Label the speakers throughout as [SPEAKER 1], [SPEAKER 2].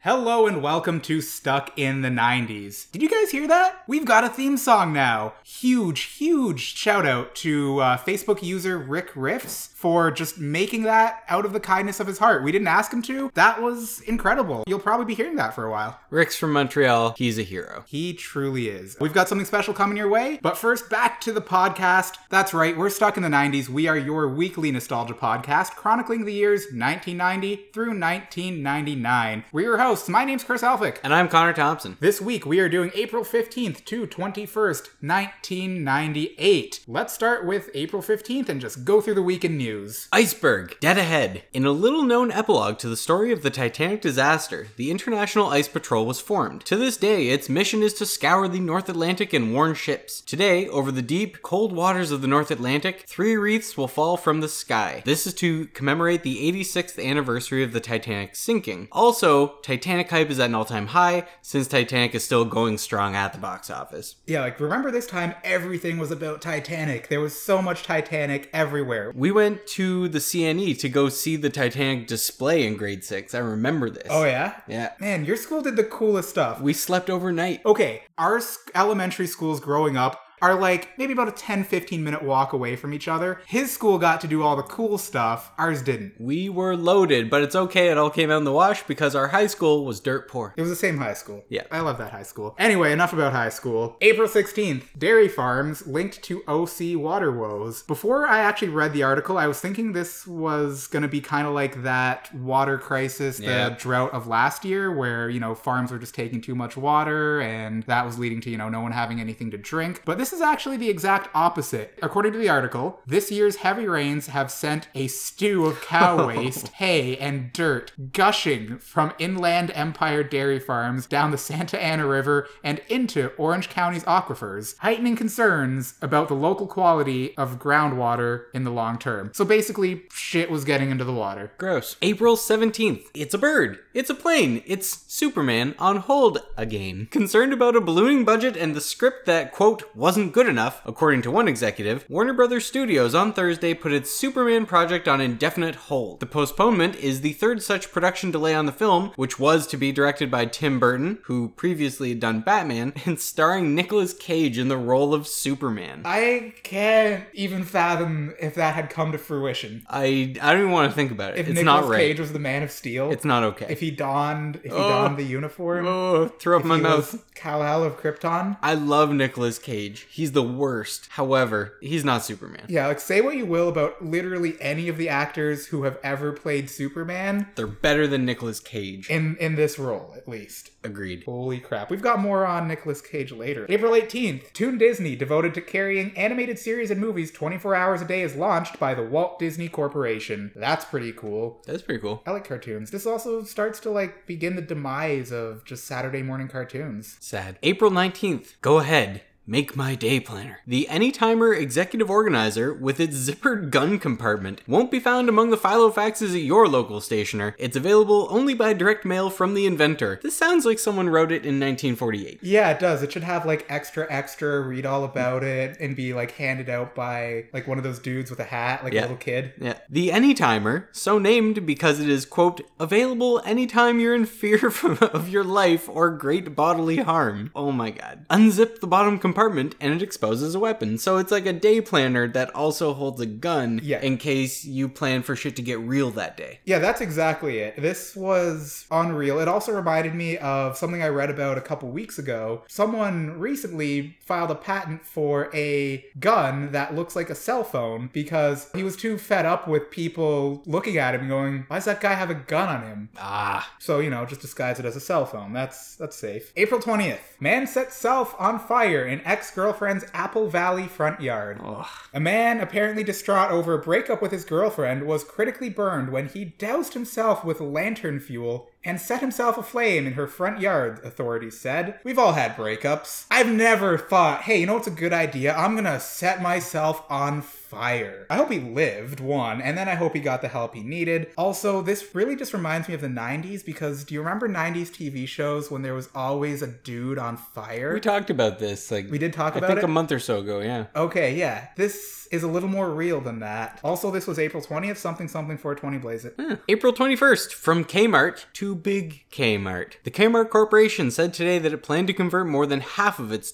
[SPEAKER 1] Hello and welcome to Stuck in the 90s. Did you guys hear that? We've got a theme song now. Huge, huge shout out to uh, Facebook user Rick Riffs for just making that out of the kindness of his heart. We didn't ask him to. That was incredible. You'll probably be hearing that for a while.
[SPEAKER 2] Rick's from Montreal. He's a hero.
[SPEAKER 1] He truly is. We've got something special coming your way, but first, back to the podcast. That's right, we're stuck in the 90s. We are your weekly nostalgia podcast chronicling the years 1990 through 1999. We're your hosts. My name's Chris Alphick.
[SPEAKER 2] And I'm Connor Thompson.
[SPEAKER 1] This week, we are doing April 15th to 21st, 1998. Let's start with April 15th and just go through the week in news.
[SPEAKER 2] Iceberg, dead ahead. In a little known epilogue to the story of the Titanic disaster, the International Ice Patrol was formed. To this day, its mission is to scour the North Atlantic and warn ships. Today, over the deep, cold waters of the North Atlantic, three wreaths will fall from the sky. This is to commemorate the 86th anniversary of the Titanic's sinking. Also, Titanic hype is at an all time high since Titanic is still going strong at the box office.
[SPEAKER 1] Yeah, like remember this time everything was about Titanic. There was so much Titanic everywhere.
[SPEAKER 2] We went to the CNE to go see the Titanic display in grade six. I remember this.
[SPEAKER 1] Oh, yeah?
[SPEAKER 2] Yeah.
[SPEAKER 1] Man, your school did the coolest stuff.
[SPEAKER 2] We slept overnight.
[SPEAKER 1] okay, our s- elementary schools growing up are like maybe about a 10 15 minute walk away from each other. His school got to do all the cool stuff, ours didn't.
[SPEAKER 2] We were loaded, but it's okay. It all came out in the wash because our high school was dirt poor.
[SPEAKER 1] It was the same high school.
[SPEAKER 2] Yeah.
[SPEAKER 1] I love that high school. Anyway, enough about high school. April 16th, dairy farms linked to OC water woes. Before I actually read the article, I was thinking this was going to be kind of like that water crisis,
[SPEAKER 2] Yeah.
[SPEAKER 1] the drought of last year, where, you know, farms were just taking too much water and that was leading to, you know, no one having anything to drink. But this is actually the exact opposite. According to the article, this year's heavy rains have sent a stew of cow waste, hay, and dirt gushing from inland empire dairy farms down the Santa Ana River and into Orange County's aquifers, heightening concerns about the local quality of groundwater in the long term. So basically, shit was getting into the water.
[SPEAKER 2] Gross. April 17th. It's a bird. It's a plane. It's Superman on hold again. Concerned about a ballooning budget and the script that, quote, wasn't good enough, according to one executive, Warner Brothers Studios on Thursday put its Superman project on indefinite hold. The postponement is the third such production delay on the film, which was to be directed by Tim Burton, who previously had done Batman, and starring Nicolas Cage in the role of Superman.
[SPEAKER 1] I can't even fathom if that had come to fruition.
[SPEAKER 2] I I don't even want to think about it.
[SPEAKER 1] If
[SPEAKER 2] it's
[SPEAKER 1] Nicolas
[SPEAKER 2] not right.
[SPEAKER 1] Cage was the Man of Steel,
[SPEAKER 2] It's not okay.
[SPEAKER 1] if he donned if he
[SPEAKER 2] Oh.
[SPEAKER 1] donned the uniform,
[SPEAKER 2] oh, throw up
[SPEAKER 1] if
[SPEAKER 2] my
[SPEAKER 1] he
[SPEAKER 2] mouth.
[SPEAKER 1] was Kal-El of Krypton.
[SPEAKER 2] I love Nicolas Cage. He's the worst. However, he's not Superman.
[SPEAKER 1] Yeah, like say what you will about literally any of the actors who have ever played Superman
[SPEAKER 2] They're better than Nicolas Cage.
[SPEAKER 1] in in this role at least.
[SPEAKER 2] Agreed.
[SPEAKER 1] Holy crap. We've got more on Nicolas Cage later. April 18th, Toon Disney, devoted to carrying animated series and movies 24 hours a day, is launched by the Walt Disney Corporation. That's pretty cool.
[SPEAKER 2] That's pretty cool.
[SPEAKER 1] I like cartoons. This also starts to like begin the demise of just Saturday morning cartoons.
[SPEAKER 2] Sad. April 19th. Go ahead. Make my day planner. The Anytimer executive organizer with its zippered gun compartment won't be found among the filofaxes at your local stationer. It's available only by direct mail from the inventor. This sounds like someone wrote it in 1948.
[SPEAKER 1] Yeah, it does. It should have like extra extra read all about it and be like handed out by like one of those dudes with a hat, like a
[SPEAKER 2] Yeah.
[SPEAKER 1] little kid.
[SPEAKER 2] Yeah. The Anytimer, so named because it is, quote, available anytime you're in fear from, of your life or great bodily harm. Oh my god. Unzip the bottom compartment and it exposes a weapon. So it's like a day planner that also holds a gun
[SPEAKER 1] Yeah.
[SPEAKER 2] in case you plan for shit to get real that day.
[SPEAKER 1] Yeah, that's exactly it. This was unreal. It also reminded me of something I read about a couple weeks ago. Someone recently filed a patent for a gun that looks like a cell phone because he was too fed up with people looking at him and going, Why does that guy have a gun on him?
[SPEAKER 2] Ah.
[SPEAKER 1] So, you know, just disguise it as a cell phone. That's that's safe. April 20th. Man sets self on fire in ex-girlfriend's Apple Valley front yard.
[SPEAKER 2] Ugh.
[SPEAKER 1] A man apparently distraught over a breakup with his girlfriend was critically burned when he doused himself with lantern fuel and set himself aflame in her front yard, authorities said. We've all had breakups. I've never thought, hey, you know what's a good idea? I'm gonna set myself on fire. I hope he lived, one, and then I hope he got the help he needed. Also, this really just reminds me of the 90s because do you remember 90s TV shows when there was always a dude on fire?
[SPEAKER 2] We talked about this, like,
[SPEAKER 1] We did talk
[SPEAKER 2] I
[SPEAKER 1] about
[SPEAKER 2] think
[SPEAKER 1] it.
[SPEAKER 2] a month or so ago, yeah.
[SPEAKER 1] Okay, yeah. This is a little more real than that. Also, this was April 20th, something something 420 blaze it.
[SPEAKER 2] April 21st, from Kmart to too big Kmart. The Kmart Corporation said today that it planned to convert more than half of its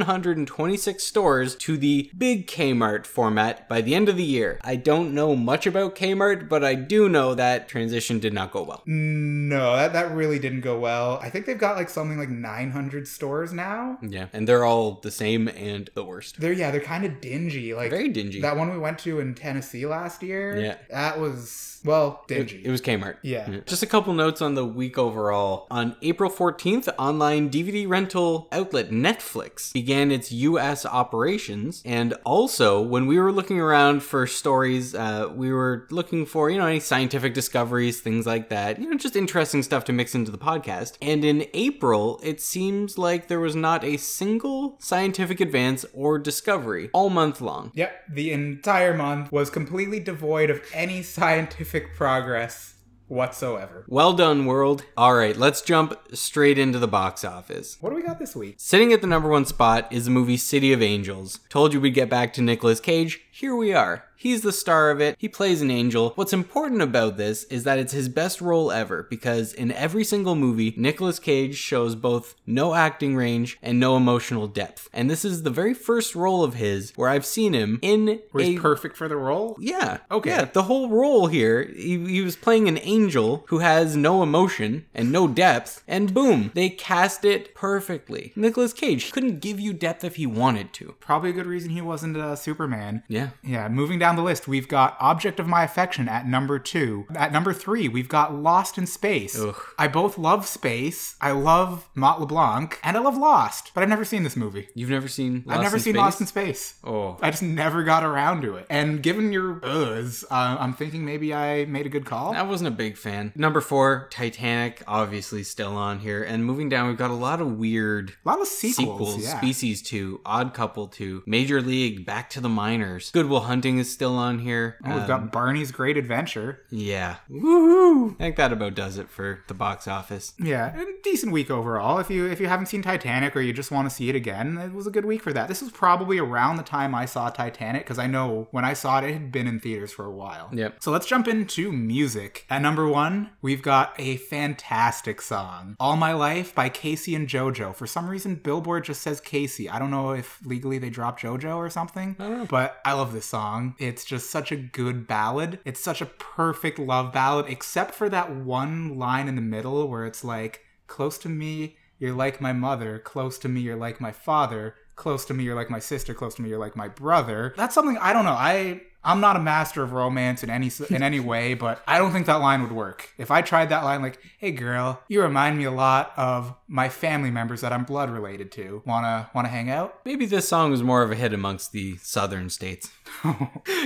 [SPEAKER 2] 2,126 stores to the big Kmart format by the end of the year. I don't know much about Kmart, but I do know that transition did not go well.
[SPEAKER 1] No, that, that really didn't go well. I think they've got like something like 900 stores now.
[SPEAKER 2] Yeah, and they're all the same and the worst.
[SPEAKER 1] They're, yeah, they're kind of dingy. Like,
[SPEAKER 2] Very dingy.
[SPEAKER 1] that one we went to in Tennessee last year.
[SPEAKER 2] Yeah.
[SPEAKER 1] That was, well,
[SPEAKER 2] It,
[SPEAKER 1] dingy.
[SPEAKER 2] it was Kmart.
[SPEAKER 1] Yeah.
[SPEAKER 2] Just a couple notes on the week overall. On April 14th, online DVD rental outlet Netflix began its US operations. And also, when we were looking around for stories, uh, we were looking for, you know, any scientific discoveries, things like that, you know, just interesting stuff to mix into the podcast. And in April, it seems like there was not a single scientific advance or discovery all month long.
[SPEAKER 1] Yep, the entire month was completely devoid of any scientific progress whatsoever.
[SPEAKER 2] Well done, world. All right, let's jump straight into the box office.
[SPEAKER 1] What do we got this week?
[SPEAKER 2] Sitting at the number one spot is the movie City of Angels. Told you we'd get back to Nicolas Cage. Here we are. He's the star of it. He plays an angel. What's important about this is that it's his best role ever because in every single movie, Nicolas Cage shows both no acting range and no emotional depth. And this is the very first role of his where I've seen him in
[SPEAKER 1] Was
[SPEAKER 2] a
[SPEAKER 1] perfect for the role?
[SPEAKER 2] yeah.
[SPEAKER 1] Okay.
[SPEAKER 2] Yeah, the whole role here, he, he was playing an angel who has no emotion and no depth, and boom, they cast it perfectly. Nicolas Cage couldn't give you depth if he wanted to.
[SPEAKER 1] Probably a good reason he wasn't uh, Superman.
[SPEAKER 2] Yeah.
[SPEAKER 1] Yeah, moving down the list, we've got Object of My Affection at number two. At number three, we've got Lost in Space.
[SPEAKER 2] Ugh.
[SPEAKER 1] I both love space, I love Mott LeBlanc, and I love Lost, but I've never seen this movie.
[SPEAKER 2] You've never seen Lost
[SPEAKER 1] I've never
[SPEAKER 2] in
[SPEAKER 1] seen
[SPEAKER 2] Space?
[SPEAKER 1] Lost in Space.
[SPEAKER 2] Oh.
[SPEAKER 1] I just never got around to it. And given your buzz, uh, I'm thinking maybe I made a good call.
[SPEAKER 2] I wasn't a big fan. Number four, Titanic, obviously still on here. And moving down, we've got a lot of weird
[SPEAKER 1] A lot of
[SPEAKER 2] sequels,
[SPEAKER 1] sequels. yeah.
[SPEAKER 2] Species 2, Odd Couple 2, Major League, Back to the Minors. Goodwill Hunting is still on here.
[SPEAKER 1] Oh, We've
[SPEAKER 2] Um,
[SPEAKER 1] got Barney's Great Adventure.
[SPEAKER 2] Yeah. Woohoo! I think that about does it for the box office.
[SPEAKER 1] Yeah, a decent week overall. If you if you haven't seen Titanic or you just want to see it again, it was a good week for that. This was probably around the time I saw Titanic because I know when I saw it, it had been in theaters for a while.
[SPEAKER 2] Yep.
[SPEAKER 1] So let's jump into music. At number one, we've got a fantastic song, "All My Life" by Casey and JoJo. For some reason, Billboard just says Casey. I don't know if legally they dropped JoJo or something.
[SPEAKER 2] don't know.
[SPEAKER 1] But I love this song. It's just such a good ballad. It's such a perfect love ballad, except for that one line in the middle where it's like, close to me, you're like my mother. Close to me, you're like my father. Close to me, you're like my sister. Close to me, you're like my brother. That's something I don't know. I. I'm not a master of romance in any s- in any way, but I don't think that line would work. If I tried that line, like, "Hey girl, you remind me a lot of my family members that I'm blood related to. Wanna wanna hang out?"
[SPEAKER 2] Maybe this song was more of a hit amongst the southern states.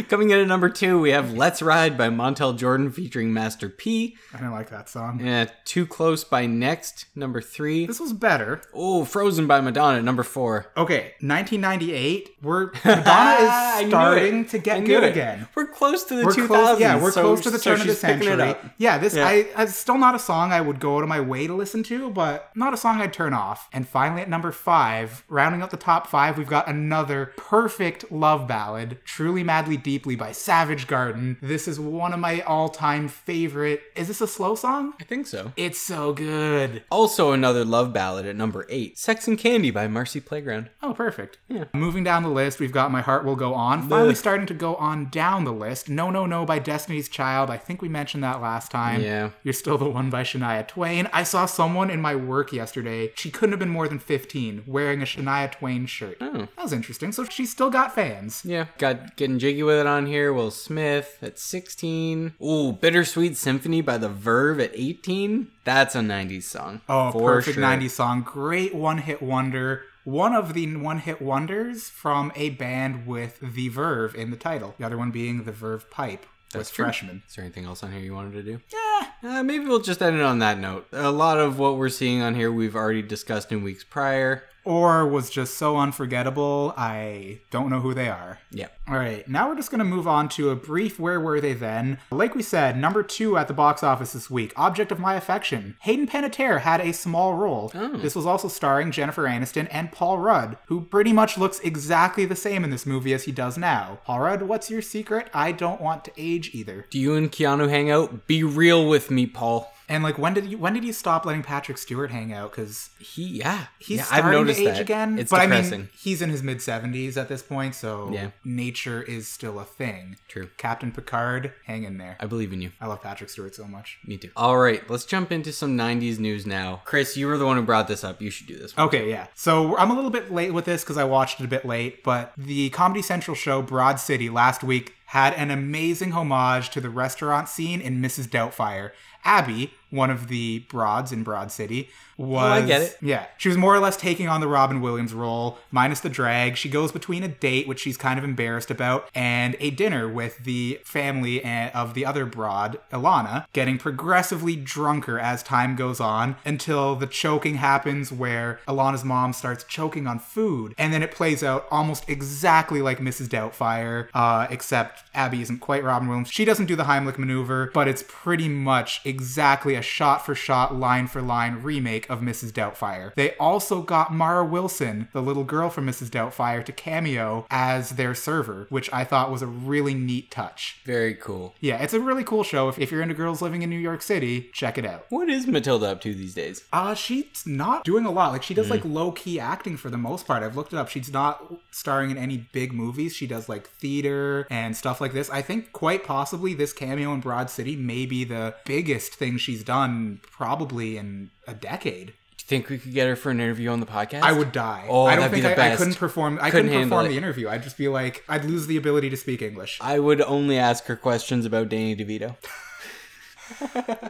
[SPEAKER 2] Coming in at number two, we have Let's Ride by Montel Jordan featuring Master P.
[SPEAKER 1] I didn't like that song.
[SPEAKER 2] Uh, Too Close by Next, number three.
[SPEAKER 1] This was better.
[SPEAKER 2] Oh, Frozen by Madonna, number four.
[SPEAKER 1] Okay, 1998. We're Madonna
[SPEAKER 2] Ah, I
[SPEAKER 1] is
[SPEAKER 2] knew
[SPEAKER 1] starting
[SPEAKER 2] it.
[SPEAKER 1] to
[SPEAKER 2] I
[SPEAKER 1] get
[SPEAKER 2] knew
[SPEAKER 1] good
[SPEAKER 2] it.
[SPEAKER 1] again.
[SPEAKER 2] We're close to the
[SPEAKER 1] We're
[SPEAKER 2] 2000s.
[SPEAKER 1] close, yeah, we're
[SPEAKER 2] so-
[SPEAKER 1] close to the
[SPEAKER 2] so
[SPEAKER 1] turn of the
[SPEAKER 2] she's picking it
[SPEAKER 1] century.
[SPEAKER 2] up.
[SPEAKER 1] Yeah, this
[SPEAKER 2] Yeah.
[SPEAKER 1] I it's still not a song I would go out of my way to listen to, but not a song I'd turn off. And finally, at number five, rounding out the top five, we've got another perfect love ballad, "Truly Madly Deeply" by Savage Garden. This is one of my all-time favorite. Is this a slow song?
[SPEAKER 2] I think so.
[SPEAKER 1] It's so good.
[SPEAKER 2] Also, another love ballad at number eight Sex and Candy by Marcy Playground.
[SPEAKER 1] Oh, perfect. Moving down the list, we've got My Heart Will Go On. Finally starting to go on down the list. No, No, No by Destiny's Child. I think we mentioned that last time.
[SPEAKER 2] Yeah.
[SPEAKER 1] You're Still the One by Shania Twain. I saw someone in my work yesterday. She couldn't have been more than 15 wearing a Shania Twain shirt.
[SPEAKER 2] Oh.
[SPEAKER 1] That was interesting. So she's still got fans.
[SPEAKER 2] Yeah, got getting jiggy with it on here. Will Smith at 16. Ooh, Bittersweet Symphony by The Verve at 18. That's a 90s song.
[SPEAKER 1] Oh,
[SPEAKER 2] For
[SPEAKER 1] perfect
[SPEAKER 2] sure.
[SPEAKER 1] 90s song. Great one hit wonder. One of the one hit wonders from a band with The Verve in the title. The other one being The Verve Pipe
[SPEAKER 2] That's
[SPEAKER 1] with
[SPEAKER 2] true.
[SPEAKER 1] Freshman.
[SPEAKER 2] Is there anything else on here you wanted to do?
[SPEAKER 1] Yeah.
[SPEAKER 2] Uh, maybe we'll just end it on that note. A lot of what we're seeing on here we've already discussed in weeks prior.
[SPEAKER 1] or was just so unforgettable, I don't know who they are.
[SPEAKER 2] Yeah.
[SPEAKER 1] All right, now we're just going to move on to a brief Where Were They Then? Like we said, number two at the box office this week, Object of My Affection. Hayden Panettiere had a small role. This was also starring Jennifer Aniston and Paul Rudd, who pretty much looks exactly the same in this movie as he does now. Paul Rudd, what's your secret? I don't want to age either.
[SPEAKER 2] Do you and Keanu hang out? Be real with me, Paul.
[SPEAKER 1] And like, when did you when did you stop letting Patrick Stewart hang out? Because
[SPEAKER 2] He, yeah,
[SPEAKER 1] he's
[SPEAKER 2] yeah,
[SPEAKER 1] starting to age
[SPEAKER 2] that.
[SPEAKER 1] again.
[SPEAKER 2] It's
[SPEAKER 1] but
[SPEAKER 2] depressing.
[SPEAKER 1] I mean, he's in his mid seventies at this point, so
[SPEAKER 2] Yeah.
[SPEAKER 1] nature is still a thing.
[SPEAKER 2] True.
[SPEAKER 1] Captain Picard, hang in there.
[SPEAKER 2] I believe in you.
[SPEAKER 1] I love Patrick Stewart so much.
[SPEAKER 2] Me too. All right, let's jump into some 90s news now. Chris, you were the one who brought this up. You should do this one.
[SPEAKER 1] Okay, yeah. So I'm a little bit late with this because I watched it a bit late, but the Comedy Central show Broad City last week had an amazing homage to the restaurant scene in Mrs. Doubtfire. Abby, one of the broads in Broad City, was.
[SPEAKER 2] Oh, I get it.
[SPEAKER 1] Yeah. She was more or less taking on the Robin Williams role, minus the drag. She goes between a date, which she's kind of embarrassed about, and a dinner with the family eh, of the other broad, Ilana, getting progressively drunker as time goes on until the choking happens where Ilana's mom starts choking on food. And then it plays out almost exactly like Mrs. Doubtfire, uh, except Abby isn't quite Robin Williams. She doesn't do the Heimlich maneuver, but it's pretty much exactly a shot for shot, line for line remake of Mrs. Doubtfire. They also got Mara Wilson, the little girl from Mrs. Doubtfire, to cameo as their server, which I thought was a really neat touch.
[SPEAKER 2] Very cool.
[SPEAKER 1] Yeah, it's a really cool show. If, if you're into girls living in New York City, check it out.
[SPEAKER 2] What is Matilda up to these days?
[SPEAKER 1] Uh, she's not doing a lot. Like, she
[SPEAKER 2] Hmm.
[SPEAKER 1] does, like, low key acting for the most part. I've looked it up. She's not starring in any big movies. She does, like, theater and stuff like this. I think quite possibly this cameo in Broad City may be the biggest thing she's done probably in a decade.
[SPEAKER 2] Do you think we could get her for an interview on the podcast?
[SPEAKER 1] I would die.
[SPEAKER 2] Oh,
[SPEAKER 1] I don't
[SPEAKER 2] that'd be
[SPEAKER 1] think
[SPEAKER 2] the
[SPEAKER 1] I, I
[SPEAKER 2] best.
[SPEAKER 1] couldn't perform. I
[SPEAKER 2] Couldn't
[SPEAKER 1] couldn't,
[SPEAKER 2] handle
[SPEAKER 1] perform
[SPEAKER 2] it.
[SPEAKER 1] the interview. I'd just be like, I'd lose the ability to speak English.
[SPEAKER 2] I would only ask her questions about Danny DeVito.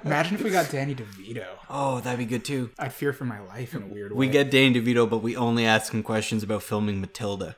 [SPEAKER 1] Imagine if we got Danny DeVito.
[SPEAKER 2] Oh, that'd be good too.
[SPEAKER 1] I'd fear for my life in a weird way.
[SPEAKER 2] We get Danny DeVito, but we only ask him questions about filming Matilda.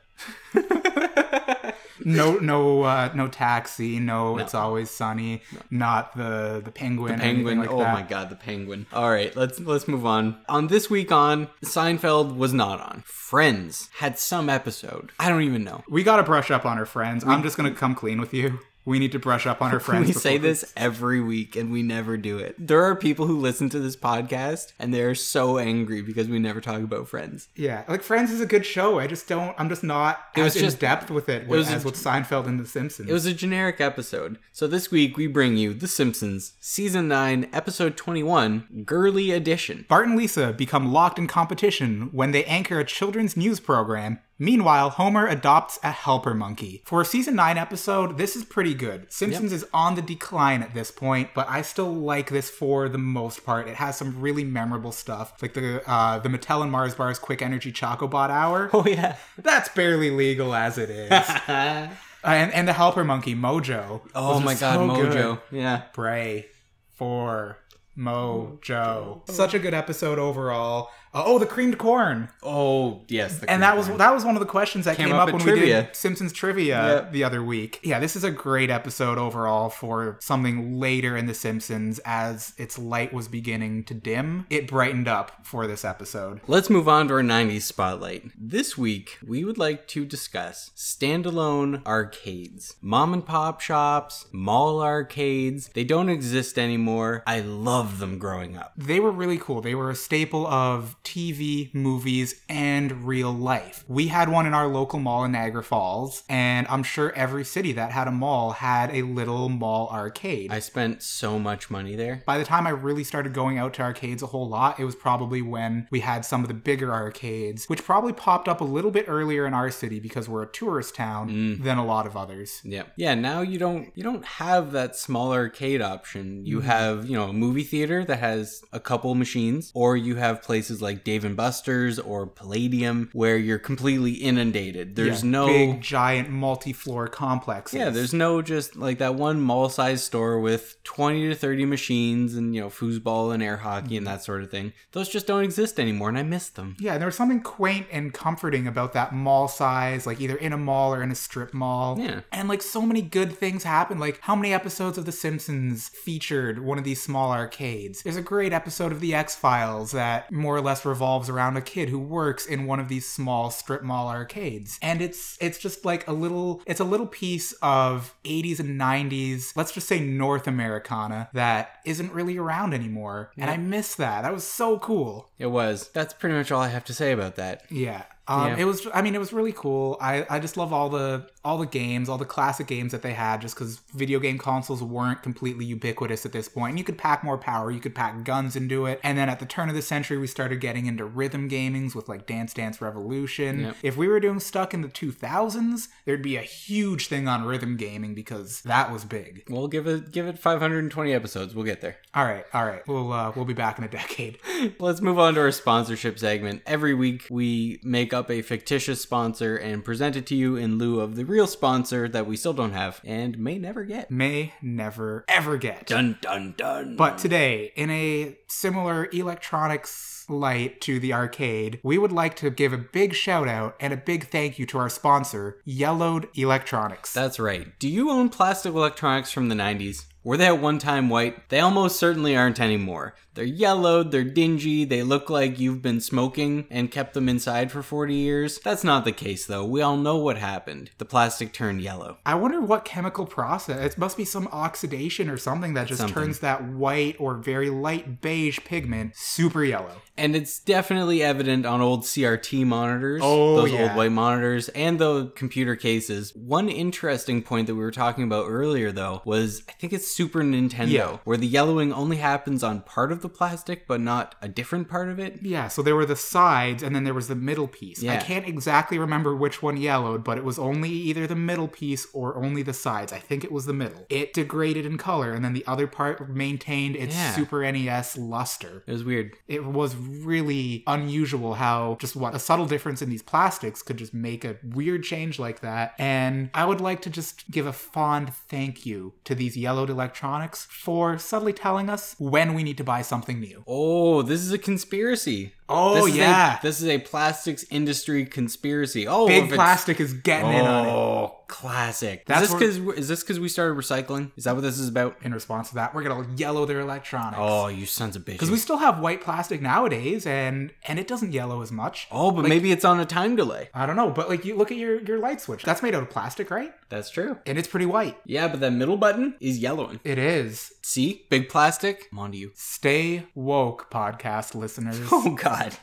[SPEAKER 1] no, no, uh, no taxi. No, it's always sunny. Not the the penguin. or anything
[SPEAKER 2] Penguin.
[SPEAKER 1] like
[SPEAKER 2] oh
[SPEAKER 1] that.
[SPEAKER 2] my god, the penguin. All right, let's let's move on. On this week on Seinfeld was not on. Friends had some episode. I don't even know.
[SPEAKER 1] We gotta brush up on her friends. I'm just gonna come clean with you. We need to brush up on her friends.
[SPEAKER 2] We say
[SPEAKER 1] before-
[SPEAKER 2] this every week and we never do it. There are people who listen to this podcast and they're so angry because we never talk about friends.
[SPEAKER 1] Yeah, like Friends is a good show. I just don't. I'm just not
[SPEAKER 2] was
[SPEAKER 1] as
[SPEAKER 2] just-
[SPEAKER 1] in depth with it,
[SPEAKER 2] was
[SPEAKER 1] as
[SPEAKER 2] a-
[SPEAKER 1] with Seinfeld and The Simpsons.
[SPEAKER 2] It was a generic episode. So this week we bring you The Simpsons, Season 9, Episode 21, Girly Edition.
[SPEAKER 1] Bart and Lisa become locked in competition when they anchor a children's news program. Meanwhile, Homer adopts a helper monkey. For a season 9 episode, this is pretty good. Simpsons is on the decline at this point, but I still like this for the most part. It has some really memorable stuff, like the uh, the Mattel and Mars Bar's Quick Energy Chocobot Hour.
[SPEAKER 2] Oh yeah.
[SPEAKER 1] That's barely legal as it is. and, and the helper monkey, Mojo.
[SPEAKER 2] Oh
[SPEAKER 1] was
[SPEAKER 2] my
[SPEAKER 1] just
[SPEAKER 2] god,
[SPEAKER 1] so
[SPEAKER 2] Mojo.
[SPEAKER 1] good
[SPEAKER 2] Yeah.
[SPEAKER 1] pray for Mojo. Such a good episode overall. Uh, oh, the creamed corn,
[SPEAKER 2] Oh yes. the
[SPEAKER 1] and that was
[SPEAKER 2] cream
[SPEAKER 1] that was one of the questions that
[SPEAKER 2] Came
[SPEAKER 1] came,
[SPEAKER 2] up
[SPEAKER 1] up,
[SPEAKER 2] in
[SPEAKER 1] when we
[SPEAKER 2] trivia.
[SPEAKER 1] did Simpsons trivia
[SPEAKER 2] Yep.
[SPEAKER 1] the other week. Yeah, this is a great episode overall for something later in the Simpsons as its light was beginning to dim. It brightened up for this episode.
[SPEAKER 2] Let's move on to our 90s spotlight. This week, we would like to discuss standalone arcades. Mom and pop shops, mall arcades, they don't exist anymore. I loved them growing up.
[SPEAKER 1] They were really cool. They were a staple of TV, movies, and real life. We had one in our local mall in Niagara Falls, and I'm sure every city that had a mall had a little mall arcade.
[SPEAKER 2] I spent so much money there.
[SPEAKER 1] By the time I really started going out to arcades a whole lot, it was probably when we had some of the bigger arcades, which probably popped up a little bit earlier in our city because we're a tourist town
[SPEAKER 2] Mm.
[SPEAKER 1] than a lot of others.
[SPEAKER 2] Yeah. Yeah, now you don't you don't have that small arcade option. You
[SPEAKER 1] Mm-hmm.
[SPEAKER 2] have, you know, a movie theater that has a couple machines or you have places like Dave and Buster's or Palladium where you're completely inundated. There's
[SPEAKER 1] Yeah,
[SPEAKER 2] no
[SPEAKER 1] big, giant, multi floor complexes.
[SPEAKER 2] Yeah, there's no just like that one mall sized store with 20 to 30 machines and, you know, foosball and air hockey
[SPEAKER 1] Mm-hmm.
[SPEAKER 2] and that sort of thing. Those just don't exist anymore and I miss them.
[SPEAKER 1] Yeah, and there was something quaint and comforting about that mall size, like either in a mall or in a strip mall.
[SPEAKER 2] Yeah.
[SPEAKER 1] And like so many good things happened. Like how many episodes of The Simpsons featured one of these small arcades? There's a great episode of The X Files that more or less revolves around a kid who works in one of these small strip mall arcades. And it's it's just like a little it's a little piece of 80s and 90s, let's just say North Americana that isn't really around anymore. And I miss that. That was so cool.
[SPEAKER 2] It was. That's pretty much all I have to say about that.
[SPEAKER 1] Yeah. Um,
[SPEAKER 2] Yeah.
[SPEAKER 1] It was, I mean, it was really cool. I, I just love all the all the games, all the classic games that they had, just because video game consoles weren't completely ubiquitous at this point. And you could pack more power, you could pack guns into it. And then at the turn of the century, we started getting into rhythm gamings with like Dance Dance Revolution.
[SPEAKER 2] Yep.
[SPEAKER 1] If we were doing stuck in the 2000s, there'd be a huge thing on rhythm gaming because that was big.
[SPEAKER 2] We'll give it give it 520 episodes. We'll get there.
[SPEAKER 1] All right, all right, we'll uh, we'll be back in a decade.
[SPEAKER 2] Let's move on to our sponsorship segment. Every week, we make up a fictitious sponsor and present it to you in lieu of the real sponsor that we still don't have and may never get.
[SPEAKER 1] May never ever get.
[SPEAKER 2] Dun dun dun.
[SPEAKER 1] But today, in a similar electronics light to the arcade, we would like to give a big shout out and a big thank you to our sponsor, Yellowed Electronics.
[SPEAKER 2] That's right. Do you own plastic electronics from the 90s? Were they at one time white? They almost certainly aren't anymore. They're yellowed, they're dingy, they look like you've been smoking and kept them inside for 40 years. That's not the case though. We all know what happened. The plastic turned yellow.
[SPEAKER 1] I wonder what chemical process. It must be some oxidation or something that just
[SPEAKER 2] Something.
[SPEAKER 1] turns that white or very light beige pigment super yellow.
[SPEAKER 2] And it's definitely evident on old CRT monitors,
[SPEAKER 1] Oh,
[SPEAKER 2] those
[SPEAKER 1] yeah.
[SPEAKER 2] old white monitors, and the computer cases. One interesting point that we were talking about earlier, though, was I think it's Super Nintendo,
[SPEAKER 1] Yeah.
[SPEAKER 2] where the yellowing only happens on part of the plastic, but not a different part of it.
[SPEAKER 1] Yeah, so there were the sides and then there was the middle piece. I
[SPEAKER 2] Yeah.
[SPEAKER 1] can't exactly remember which one yellowed, but it was only either the middle piece or only the sides. I think it was the middle. It degraded in color and then the other part maintained its
[SPEAKER 2] Yeah.
[SPEAKER 1] Super NES luster.
[SPEAKER 2] It was weird.
[SPEAKER 1] It was really unusual how just what a subtle difference in these plastics could just make a weird change like that. And I would like to just give a fond thank you to these yellowed electronics for subtly telling us when we need to buy something new.
[SPEAKER 2] Oh, this is a conspiracy.
[SPEAKER 1] Oh,
[SPEAKER 2] This is a-
[SPEAKER 1] yeah.
[SPEAKER 2] this is a plastics industry conspiracy. Oh, if
[SPEAKER 1] Big
[SPEAKER 2] it's-
[SPEAKER 1] plastic is getting in on it.
[SPEAKER 2] Oh, classic.
[SPEAKER 1] That's
[SPEAKER 2] is this because is this because we started recycling? Is that what this is about?
[SPEAKER 1] In response to that, we're gonna yellow their electronics.
[SPEAKER 2] Oh, you sons of bitches.
[SPEAKER 1] Because we still have white plastic nowadays, and and it doesn't yellow as much.
[SPEAKER 2] oh, but maybe it's on a time delay.
[SPEAKER 1] I don't know, but like you look at your your light switch. That's made out of plastic, right?
[SPEAKER 2] That's true.
[SPEAKER 1] And it's pretty white.
[SPEAKER 2] Yeah, but that middle button is yellowing.
[SPEAKER 1] It is.
[SPEAKER 2] See? Big plastic. I'm onto you.
[SPEAKER 1] Stay woke, podcast listeners.
[SPEAKER 2] Oh, God.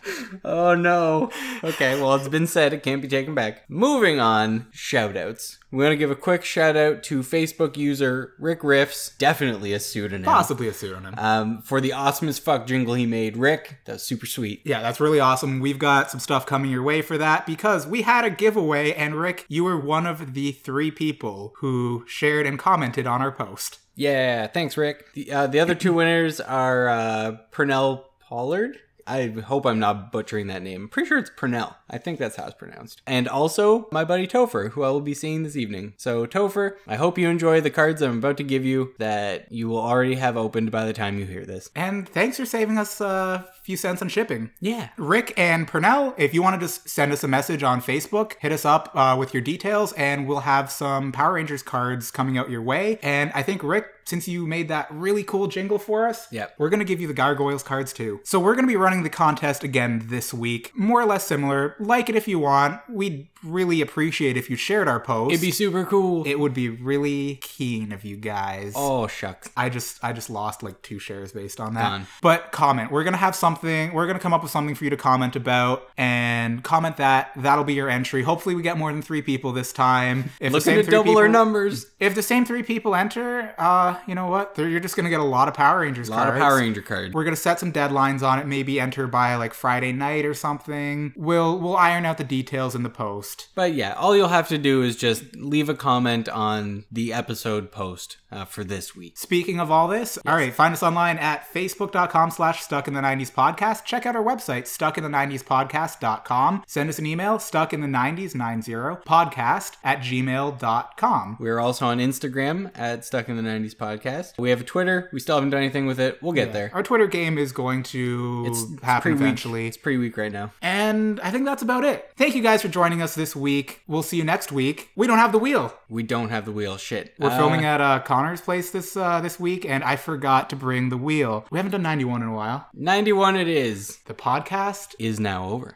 [SPEAKER 2] Oh, no. Okay, well, it's been said. It can't be taken back. Moving on, shout outs. We want to give a quick shout out to Facebook user Rick Riffs, definitely a pseudonym,
[SPEAKER 1] Possibly a pseudonym.
[SPEAKER 2] um, for the awesome as fuck jingle he made. Rick, that was super sweet.
[SPEAKER 1] yeah, that's really awesome. We've got some stuff coming your way for that because we had a giveaway, and Rick, you were one of the three people who shared and commented on our post.
[SPEAKER 2] Yeah, thanks, Rick. The, uh, the other two winners are uh, Purnell Pollard. I hope I'm not butchering that name. I'm pretty sure it's Purnell. I think that's how it's pronounced. And also my buddy Topher, who I will be seeing this evening. So, Topher, I hope you enjoy the cards I'm about to give you that you will already have opened by the time you hear this.
[SPEAKER 1] And thanks for saving us a few cents on shipping.
[SPEAKER 2] Yeah.
[SPEAKER 1] Rick and Purnell, if you want to just send us a message on Facebook, hit us up uh, with your details, and we'll have some Power Rangers cards coming out your way. And I think, Rick, since you made that really cool jingle for us,
[SPEAKER 2] Yep.
[SPEAKER 1] we're going to give you the Gargoyles cards too. So we're going to be running the contest again this week, more or less similar. Like it if you want. We'd really appreciate if you shared our post.
[SPEAKER 2] It'd be super cool.
[SPEAKER 1] it would be really keen of you guys.
[SPEAKER 2] oh, shucks.
[SPEAKER 1] I just I just lost like two shares based on that.
[SPEAKER 2] Done.
[SPEAKER 1] But comment. We're gonna have something. We're gonna come up with something for you to comment about and comment that. That'll be your entry. Hopefully, we get more than three people this time. If the
[SPEAKER 2] Looking
[SPEAKER 1] same
[SPEAKER 2] to
[SPEAKER 1] three
[SPEAKER 2] double our
[SPEAKER 1] people-
[SPEAKER 2] numbers.
[SPEAKER 1] If the same three people enter, uh, you know what? They're- You're just gonna get a lot of Power Rangers.
[SPEAKER 2] A lot of
[SPEAKER 1] cards.
[SPEAKER 2] Power Ranger cards.
[SPEAKER 1] We're gonna set some deadlines on it. Maybe enter by like Friday night or something. We'll we'll iron out the details in the post.
[SPEAKER 2] But yeah, all you'll have to do is just leave a comment on the episode post uh, for this week.
[SPEAKER 1] Speaking of all this, all right, find us online at facebook.com slash stuck in the 90s podcast. Check out our website, stuck in the 90s podcast.com. Send us an email, stuck in the 90s 90 podcast at gmail.com.
[SPEAKER 2] We're also on Instagram at Stuck in the 90s Podcast. We have a Twitter. We still haven't done anything with it. We'll get there.
[SPEAKER 1] Our Twitter game is going to happen
[SPEAKER 2] pretty weak.
[SPEAKER 1] eventually.
[SPEAKER 2] It's pretty weak right now.
[SPEAKER 1] And I think that's about it. Thank you guys for joining us this week. We'll see you next week. We don't have the wheel.
[SPEAKER 2] We don't have the wheel. Shit.
[SPEAKER 1] We're filming at uh, Connor's place this uh, this week, and I forgot to bring the wheel. We haven't done 91 in a while.
[SPEAKER 2] 91 it is.
[SPEAKER 1] The podcast
[SPEAKER 2] Is now over.